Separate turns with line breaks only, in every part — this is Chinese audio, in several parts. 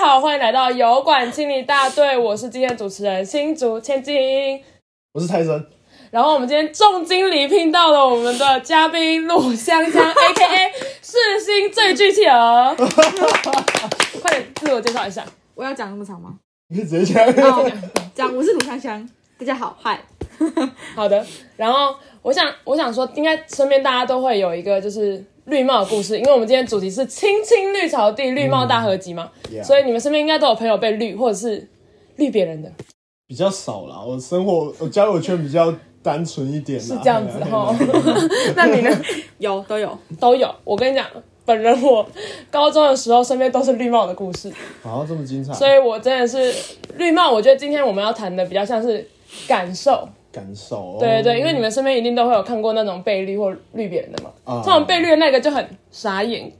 好，欢迎来到油管清理大队，我是今天的主持人新竹千金。
我是泰森，
然后我们今天重金礼聘到了我们的嘉宾陆香香，A K A 世新最具气儿。 快点自我介绍一下，
我要讲那么长 吗？
你可以直接讲。
哦，讲我是鲁香香，大家好，嗨，
好的。然后我想，我想说，应该身边大家都会有一个就是绿帽的故事，因为我们今天主题是青青绿草地绿帽大合集嘛，
Yeah
所以你们身边应该都有朋友被绿或者是绿别人的。
比较少啦，我生活我交友圈比较单纯一点啦，啊
是这样子
嘿啦
哈
嘿啦嘿啦。
那你呢？
有都有，
都有。我跟你讲，本人我高中的时候身边都是绿帽的故事，
好，这么精彩，
哦所以我真的是绿帽。我觉得今天我们要谈的比较像是感受，
感受。哦
对对对，因为你们身边一定都会有看过那种被绿或绿别人的嘛。
啊
通常被绿的那个就很傻眼，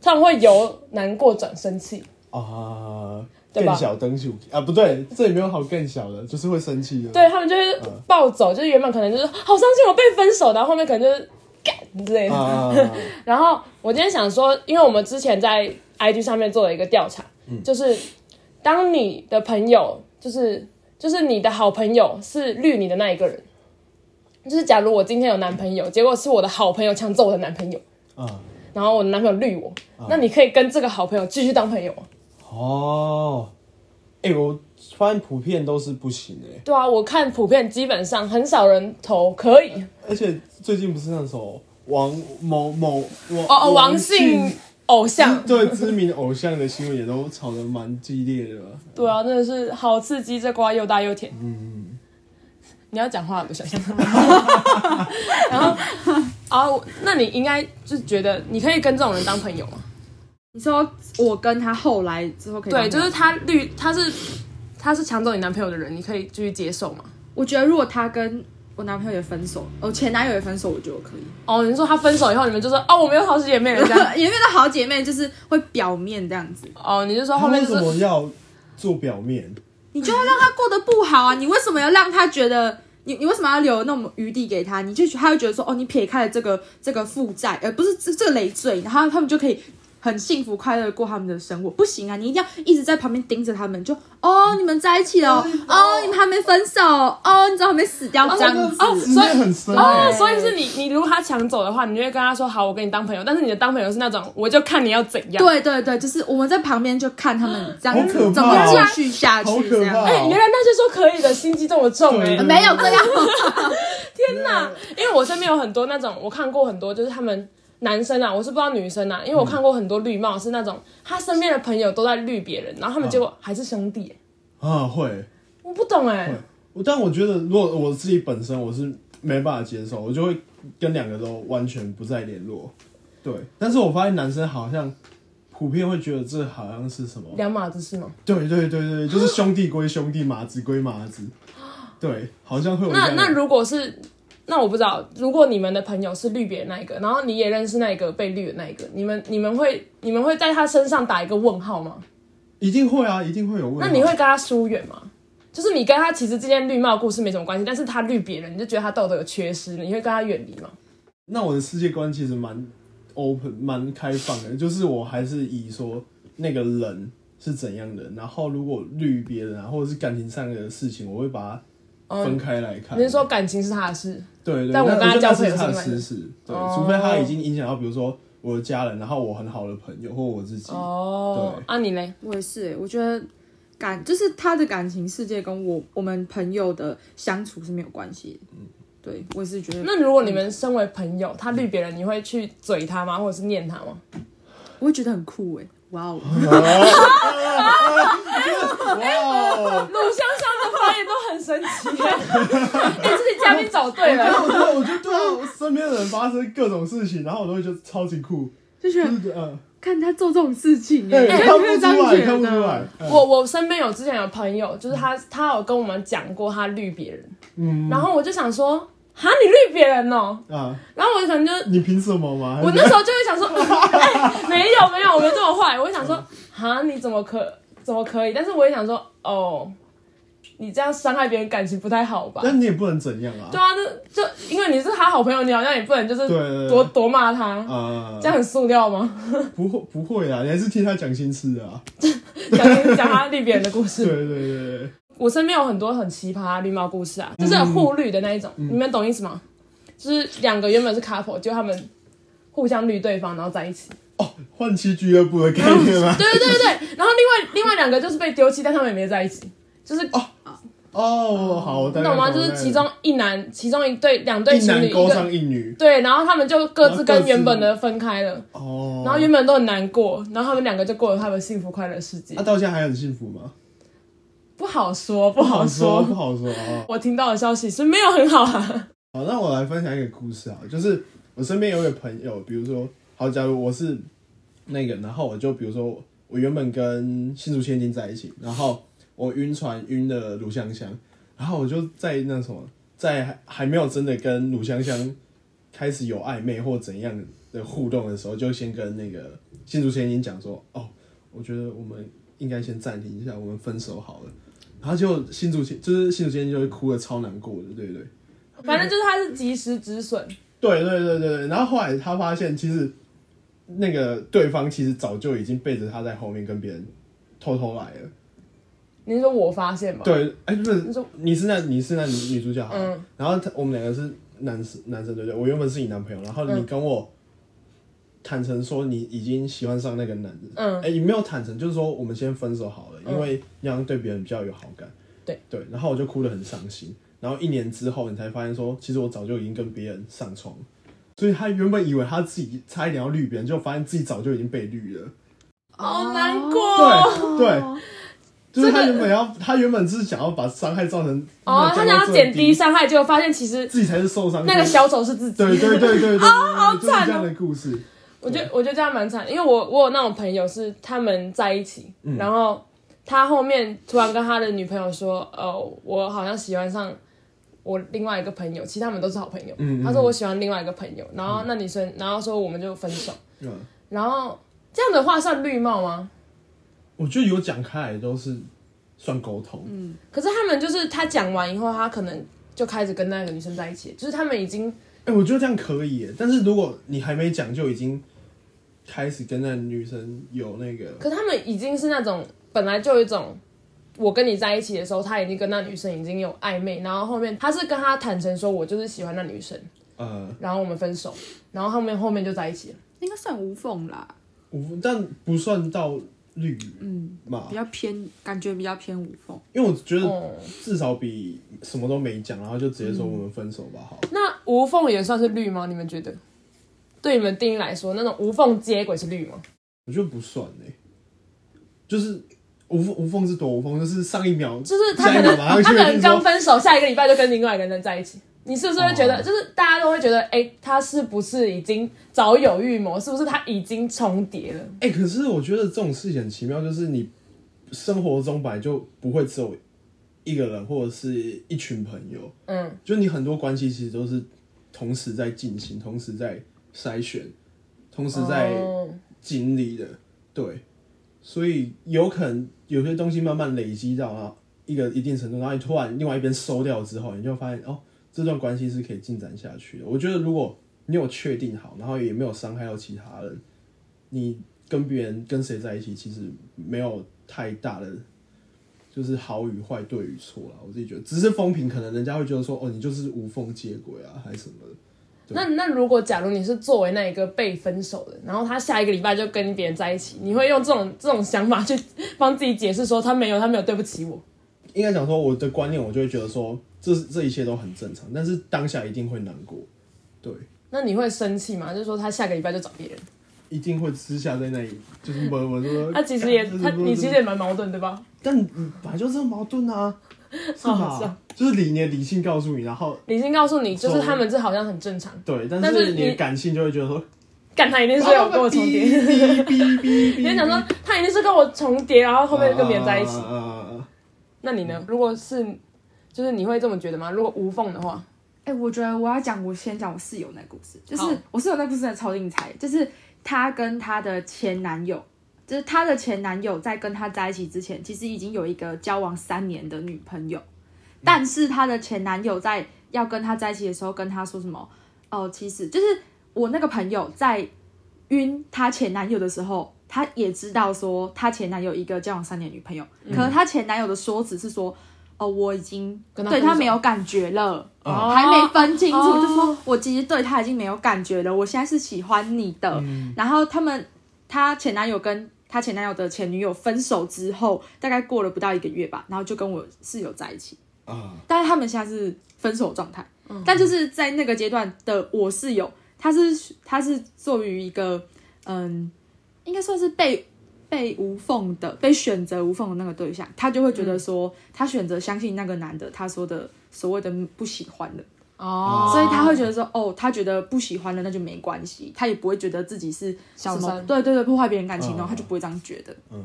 他们会由难过转生气。
啊，
对吧
更小灯球啊，不对，这里没有好更小的，就是会生气的。
对他们就是暴走，就是原本可能就是好伤心，我被分手，然后后面可能就是干之类的。
啊，
然后我今天想说，因为我们之前在 IG 上面做了一个调查，就是当你的朋友，就是就是你的好朋友是绿你的那一个人，就是假如我今天有男朋友，结果是我的好朋友抢走我的男朋友，
啊，
然后我的男朋友绿我，那你可以跟这个好朋友继续当朋友吗？
哦，哎，我发现普遍都是不行哎，
对啊，我看普遍基本上很少人投可以。
而且最近不是那首王某某王
哦哦，王姓偶像，
对知名偶像的新闻也都吵得蛮激烈的吧。
对啊，真的是好刺激，这瓜又大又甜。嗯，你要讲话 了，不想想。然后啊，我那你应该就是觉得你可以跟这种人当朋友吗？
你说我跟他后来之后可以当朋
对，
友，
就是他绿，他是他是抢走你男朋友的人，你可以继续接受吗？
我觉得如果他跟我男朋友也分手，我前男友也分手，我觉得我可以，
哦，你说他分手以后，你们就说哦，我们又好姐妹了这 样。
也没有到好姐妹，就是会表面这样子，
哦，你就说后面
为
就
什么
是
要做表面？
你就会让他过得不好啊，你为什么要让他觉得？你你为什么要留那种余地给他？你就他会觉得说，哦，你撇开了这个这个负债，而、不是这这个累赘，然后他们就可以很幸福快乐地过他们的生活。不行啊，你一定要一直在旁边盯着他们，就哦，你们在一起了哦，哦你们还没分手，哦，你怎么还没死掉这样子？
哦所以
那很深
哦，
哎。
所以是你你如果他抢走的话，你就会跟他说好，我跟你当朋友。但是你的当朋友是那种我就看你要怎样。
对对对，就是我们在旁边就看他们这样
好可
子怎
怕
么
哦
继续下
好
去
可
这样
怕。哦
哎、原来那些说可以的心机这么重哎、
对
没有这样，
天呐！因为我身边有很多那种，我看过很多，就是他们男生啊，我是不知道女生啊，因为我看过很多绿帽是那种，他身边的朋友都在绿别人，然后他们结果还是兄弟、欸
啊，会
我不懂哎、
会，我但我觉得如果我自己本身我是没办法接受，我就会跟两个都完全不再联络。对，但是我发现男生好像普遍会觉得这好像是什么？
两码子事吗？
对对对对，就是兄弟归兄弟，麻子归麻子。对，好像会有这
那
样的
那如果是，那我不知道，如果你们的朋友是绿别人那一个，然后你也认识那一个被绿的那一个，你们你们会你们会在他身上打一个问号吗？
一定会啊，一定会有问题。
那你会跟他疏远吗？就是你跟他其实之间绿帽故事没什么关系，但是他绿别人，你就觉得他道德有缺失，你会跟他远离吗？
那我的世界观其实蛮 open、蛮开放的，就是我还是以说那个人是怎样的，然后如果绿别人啊，或者是感情上的事情，我会把它分开来看。
哦你是说感情是他的事？
对对，
但我
那
跟他
觉得
交
那
朋友
是他的
是另外一
私
个
事，对，
哦
除非他已经影响到，比如说我的家人，然后我很好的朋友或我自己。
哦，啊你嘞？
我也是、欸，我觉得感就是他的感情世界跟我我们朋友的相处是没有关系。嗯，对我也是觉得，
那如果你们身为朋友，他绿别人，你会去嘴他吗？或者是念他吗？
我会觉得很酷哎、哇哦！
哇 哦！
鲁香香的发言都很神奇， 哎，这些嘉宾找对
对 啊
了。
我觉得，我觉得对啊，我身边的人发生各种事情，然后我都会觉得超级酷，
就是觉
就
得
是嗯，
看他做这种事 情哎、
对，
欸，
看不
会
出
这样
来，
觉
看不出
得
来。。嗯
我我身边有之前有朋友，就是他他有跟我们讲过他绿别人，
嗯
然后我就想说，哈你绿别人哦，
啊，
然后我可能就
你凭什么吗？
我那时候就会想说， 哎、没有没有，我没这么坏。我会想说，哈，你怎么可怎么可以？但是我也想说，哦，你这样伤害别人感情不太好吧？
但你也不能怎样啊
对。啊，那就因为你是他好朋友，你好像也不能就是
对对对
多多骂他，
啊、
这样很塑料 吗？
不会不会啊，你还是听他讲心 事啊。
讲讲他绿别人的故
对
事。
对对对，
我身边有很多很奇葩绿帽故事啊，
嗯
就是很互绿的那一种，你们懂意思吗？就是两个原本是 couple，就他们互相绿对方，然后在一起。
哦，换妻俱乐部的概念吗？
对对啊对对对，然后另外另外两个就是被丢弃，但他们也没在一起，就是
哦，好，我大
你
概
懂吗？
我大
就
概
是其中一男，其中一对两对
一
情侣
男
一
勾
个
上一女，
对，然后他们就各自
然后各
跟
自
原本的分开了，
哦，
然后原本都很难过，然后他们两个就过了他们幸福快乐的世界
他、。啊到现在还很幸福吗？
不好说，不好
说，
说
不。好说啊。
我听到的消息是没有很好 啊。
好，那我来分享一个故事啊，就是我身边有一个朋友，比如说，好，假如我是那个，然后我就比如说，我原本跟新竹千金在一起，然后我晕船晕了鲁香香，然后我就在那什么，在还还没有真的跟鲁香香开始有暧昧或怎样的互动的时候，就先跟那个新竹千金讲说，哦，我觉得我们应该先暂停一下，我们分手好了。然后就新竹千，就是新竹千金就会哭的超难过的，对不对？
反正就是他是及时止损，
对对对对对，然后后来他发现，其实那个对方其实早就已经背着他在后面跟别人偷偷来了。
你是说我发现吗？，
对，哎、不
你
是
说，
你是那你是那女女主角好了，
嗯
然后他我们两个是男生男生对对，我原本是你男朋友，然后你
嗯
跟我坦诚说你已经喜欢上那个男的，
嗯
哎、你没有坦诚，就是说我们先分手好了，因为你好像对别人比较有好感，
对
对，然后我就哭得很伤心，然后一年之后你才发现说，其实我早就已经跟别人上床了。所以他原本以为他自己差一点要绿别人，就发现自己早就已经被绿了。
好
哦
难过。
对对，就是他
这个
原本要，他原本是想要把伤害造成
哦，他想要减低，伤害，结果发现其实
自己才是受伤者
那个小丑是自己。
对对对对对，好
惨哦
这样的故事，
我觉得我觉得这样蛮惨的，因为我我有那种朋友是他们在一起，
嗯
然后他后面突然跟他的女朋友说，呃，我好像喜欢上我另外一个朋友，其实他们都是好朋友。
嗯嗯
他说我喜欢另外一个朋友，然后那女生，然后说我们就分手，
嗯，
然后这样的话算绿帽吗？
我觉得有讲开来都是算沟通，嗯，
可是他们就是他讲完以后，他可能就开始跟那个女生在一起，就是他们已经
哎，我觉得这样可以耶，但是如果你还没讲就已经开始跟那女生有那个，
可是他们已经是那种本来就有一种，我跟你在一起的时候，他已经跟那女生已经有暧昧，然后后面他是跟他坦诚说，我就是喜欢那女生，
呃，
然后我们分手，然后后面后面就在一起了。
应该算无缝啦，
无但不算到绿
嗯，
嘛
比，较偏，感觉比较偏无缝。
因为我觉得
哦、
至少比什么都没讲，然后就直接说我们分手吧，好。
那无缝也算是绿吗？你们觉得？对你们定义来说，那种无缝接轨是绿吗？
我觉得不算呢、就是无缝无缝是多无缝，就是上一秒
就是他可
下一秒
能
马上
他
确
可
定
能刚
说，
分手，下一个礼拜就跟另外一个人在一起。你是不是会觉得，
哦
就是大家都会觉得，哎、他是不是已经早有预谋？是不是他已经重叠了？
哎、可是我觉得这种事情很奇妙，就是你生活中本来就不会只有一个人或者是一群朋友，
嗯，
就你很多关系其实都是同时在进行，同时在筛选，同时在
哦
经历的，对，所以有可能有些东西慢慢累积到啊一个一定程度，然后你突然另外一边收掉之后，你就发现哦，这段关系是可以进展下去的。我觉得如果你有确定好，然后也没有伤害到其他人，你跟别人跟谁在一起，其实没有太大的。就是好与坏、对与错啦，我自己觉得，只是风评可能人家会觉得说，哦，你就是无缝接轨啊，还是什么的。
那那如果假如你是作为那一个被分手的，然后他下一个礼拜就跟别人在一起，你会用这种这种想法去帮自己解释说他没有他没有对不起我？
应该讲说我的观念，我就会觉得说这这一切都很正常，但是当下一定会难过，对，
那你会生气吗？就是说他下个礼拜就找别人，
一定会私下在那里就是我我说，
他其实 也
干
他
这是
你其实也蛮矛盾对吧？
但你本来就这个矛盾啊，是
好是
吧
啊？
就是理你的理性告诉你，然后
理性告诉你，就是
错
他们这好像很正常，
对，但
但
是
是
你的
你
感性就会觉得说，
干他一定是有跟我重叠，
哔哔哔哔哔，
你就想说他一定是跟我重叠，然后后面跟别人在一起
啊。啊啊啊啊
那你呢？如果是就是你会这么觉得吗？如果无缝的话，
哎、我觉得我要讲，我先讲我室友那故事，就
好
是我室友那故事真的超精彩，就是她跟她的前男友，就是她的前男友在跟她在一起之前，其实已经有一个交往三年的女朋
嗯
友，但是她的前男友在要跟她在一起的时候，跟她说什么？哦、其实就是我那个朋友在晕她前男友的时候，她也知道说她前男友一个交往三年的女朋友，
嗯
可是她前男友的说辞是说。哦，我已经
跟她
对
分
她
手
没有感觉了，
哦
还没分清楚，
哦
就说我其实对他已经没有感觉了，我现在是喜欢你的。
嗯
然后他们，她前男友跟她前男友的前女友分手之后，大概过了不到一个月吧，然后就跟我室友在一起。
啊，
但是他们现在是分手状态。但就是在那个阶段的我室友，他是他是作于一个嗯，应该算是被被无缝的、被选择无缝的那个对象，他就会觉得说，他选择相信那个男的，他说的所谓的不喜欢的，
哦
所以他会觉得说，哦，他觉得不喜欢的那就没关系，他也不会觉得自己是
小
什么，
三
对对对，破坏别人感情，然
嗯
后他就不会这样觉得。
嗯，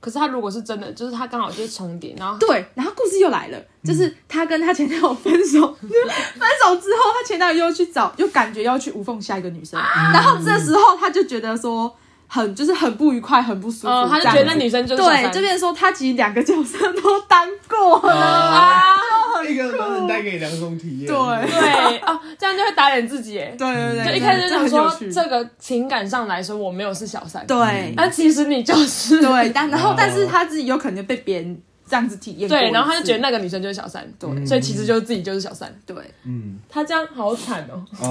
可是他如果是真的，就是他刚好就是重叠，然后
对，然后故事又来了，就是她跟她前男友分手，
嗯
分手之后，她前男友又去找，又感觉要去无缝下一个女生，
啊
然后这时候她就觉得说很就是很不愉快，很不舒服，
哦，他就
这样
觉得那
子
女生就是小
对
三
这边说她其实两个角色都当过了，
哦
啊，一个都能带给你两种体验，
对
对哦，这样就会打脸自己耶。
对对对，
就一
对
开始就想
很有
说
趣，
这个嗯情感上来说，我没有是小三，，
对
但其实你就是
对，但然后
哦
但是她自己有可能被别人这样子体验过一次，
对，然后他就觉得那个女生就是小三，对，所以其实就是自己就是小三，
对
嗯
他这样好惨哦。
啊，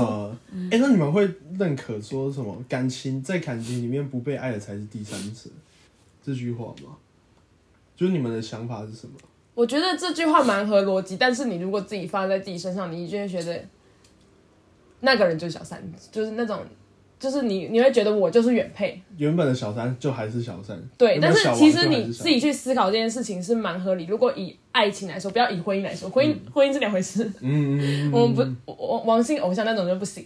哎，那你们会认可说什么感情在感情里面不被爱的才是第三者这句话吗？就是你们的想法是什么？
我觉得这句话蛮合逻辑，但是你如果自己发在自己身上，你就会觉得那个人就是小三，就是那种，就是你你会觉得我就是原配，
原本的小三就还是小三，
对。
原本
但
的
是
小王
其实
就还
你
是小
自己去思考这件事情是蛮合理。如果以爱情来说，不要以婚姻来说，婚姻、婚姻是两回事。
嗯嗯，嗯嗯嗯
我们不我我王姓偶像那种就不行。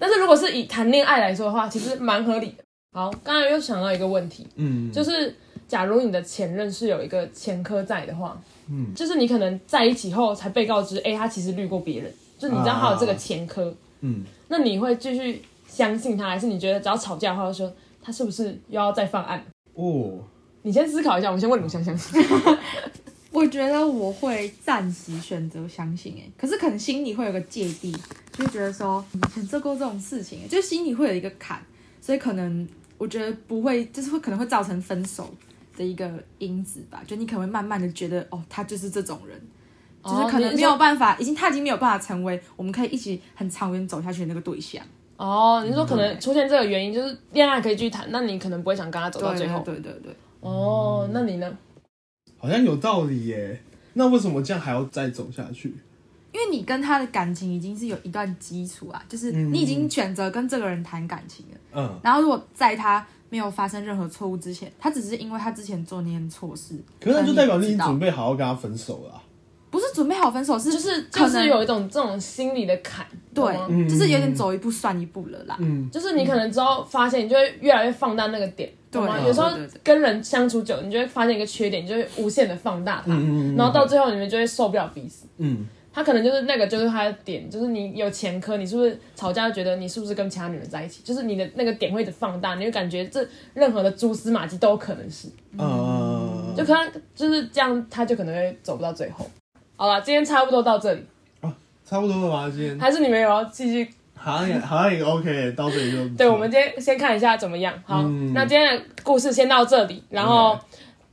但是如果是以谈恋爱来说的话，其实蛮合理的。好，刚才又想到一个问题，
嗯，
就是假如你的前任是有一个前科在的话，
嗯
就是你可能在一起后才被告知，哎、他其实绿过别人，就你知道他有这个前科，
嗯，
那你会继续相信他，还是你觉得只要吵架的话，就说他是不是又要再犯案？
哦，
你先思考一下，我们先问卢香香。
我觉得我会暂时选择相信、欸，可是可能心里会有个芥蒂，就会觉得说嗯选择过这种事情、欸，就心里会有一个坎，所以可能我觉得不会，就是会可能会造成分手的一个因子吧。就你可能会慢慢的觉得，哦，他就是这种人，
哦
就是可哦能没有办法，已经他已经没有办法成为我们可以一起很长远走下去的那个对象。
哦，你是说可能出现这个原因，就是恋爱可以继续谈，那你可能不会想跟他走到
对
最后。
对对对，
哦，那你呢？
好像有道理耶。那为什么这样还要再走下去？
因为你跟他的感情已经是有一段基础啊，就是
嗯
你已经选择跟这个人谈感情了。
嗯，
然后如果在他没有发生任何错误之前，他只是因为他之前做那件错事，
可是那就代表
可能
你
你
已经
不知道
准备好好跟他分手了啊、
不是准备好分手，是
就是就
可能
是有一种这种心理的坎，懂吗
对，就是有点走一步算一步了啦。
嗯，
就是你可能之后发现，你就会越来越放大那个点，懂吗？
嗯对
有时候
对对对
跟人相处久，你就会发现一个缺点，你就会无限的放大它，
嗯嗯嗯
然后到最后你们就会受不了彼此。
嗯，
他可能就是那个，就是他的点，就是你有前科，你是不是吵架就觉得你是不是跟其他女人在一起？就是你的那个点会一直放大，你会感觉这任何的蛛丝马迹都有可能是，
嗯
呃，
就可能就是这样，他就可能会走不到最后。好了，今天差不多到这里，
嗯
差不多了吧？今天
还是你们有要继续
好像也好像也 OK，到这里就
对，我们今天先看一下怎么样。好，
嗯
那今天的故事先到这里，然后
OK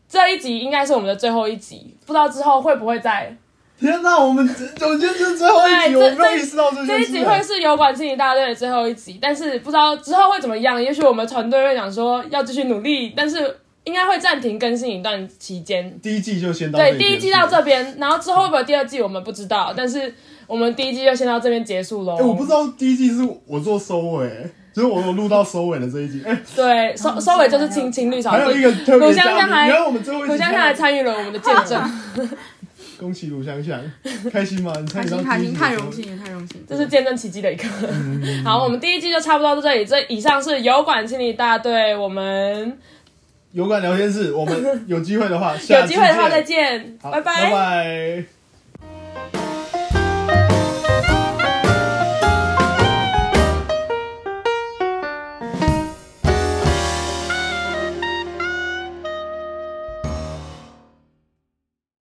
这一集应该是我们的最后一集，不知道之后会不会再
天哪，我们我今天是最后一
对
集，
这
我没有意识到这
这
件
一
事
集会
情。
是油管心理大队的最后一集，但是不知道之后会怎么样。也许我们团队会讲说要继续努力，但是应该会暂停更新一段期间。
第一季就先到这
对，
里
第一季到这边，然后之后会不会有第二季我们不知道，但是我们第一季就先到这边结束喽。
哎、我不知道第一季是我做收尾，就是我有录到收尾的这一集。哎、
对，收收尾就是亲亲绿草
还有
地
一。个特别
鲁香
嘉
香
宾，
还
然后我们最后一
我
集
现在还参与了我们的见证，
恭喜卢香香，开心吗？你参
开
与到
心
第一集的
开心，太
时
荣
候
幸了，太荣幸了。
这是见证奇迹的一刻。 好，我们第一季就差不多到这里。这以上是油管心理大队，我们
有感聊天室，我们有机会的话，
有
有
机会的话再见，
好
拜
拜拜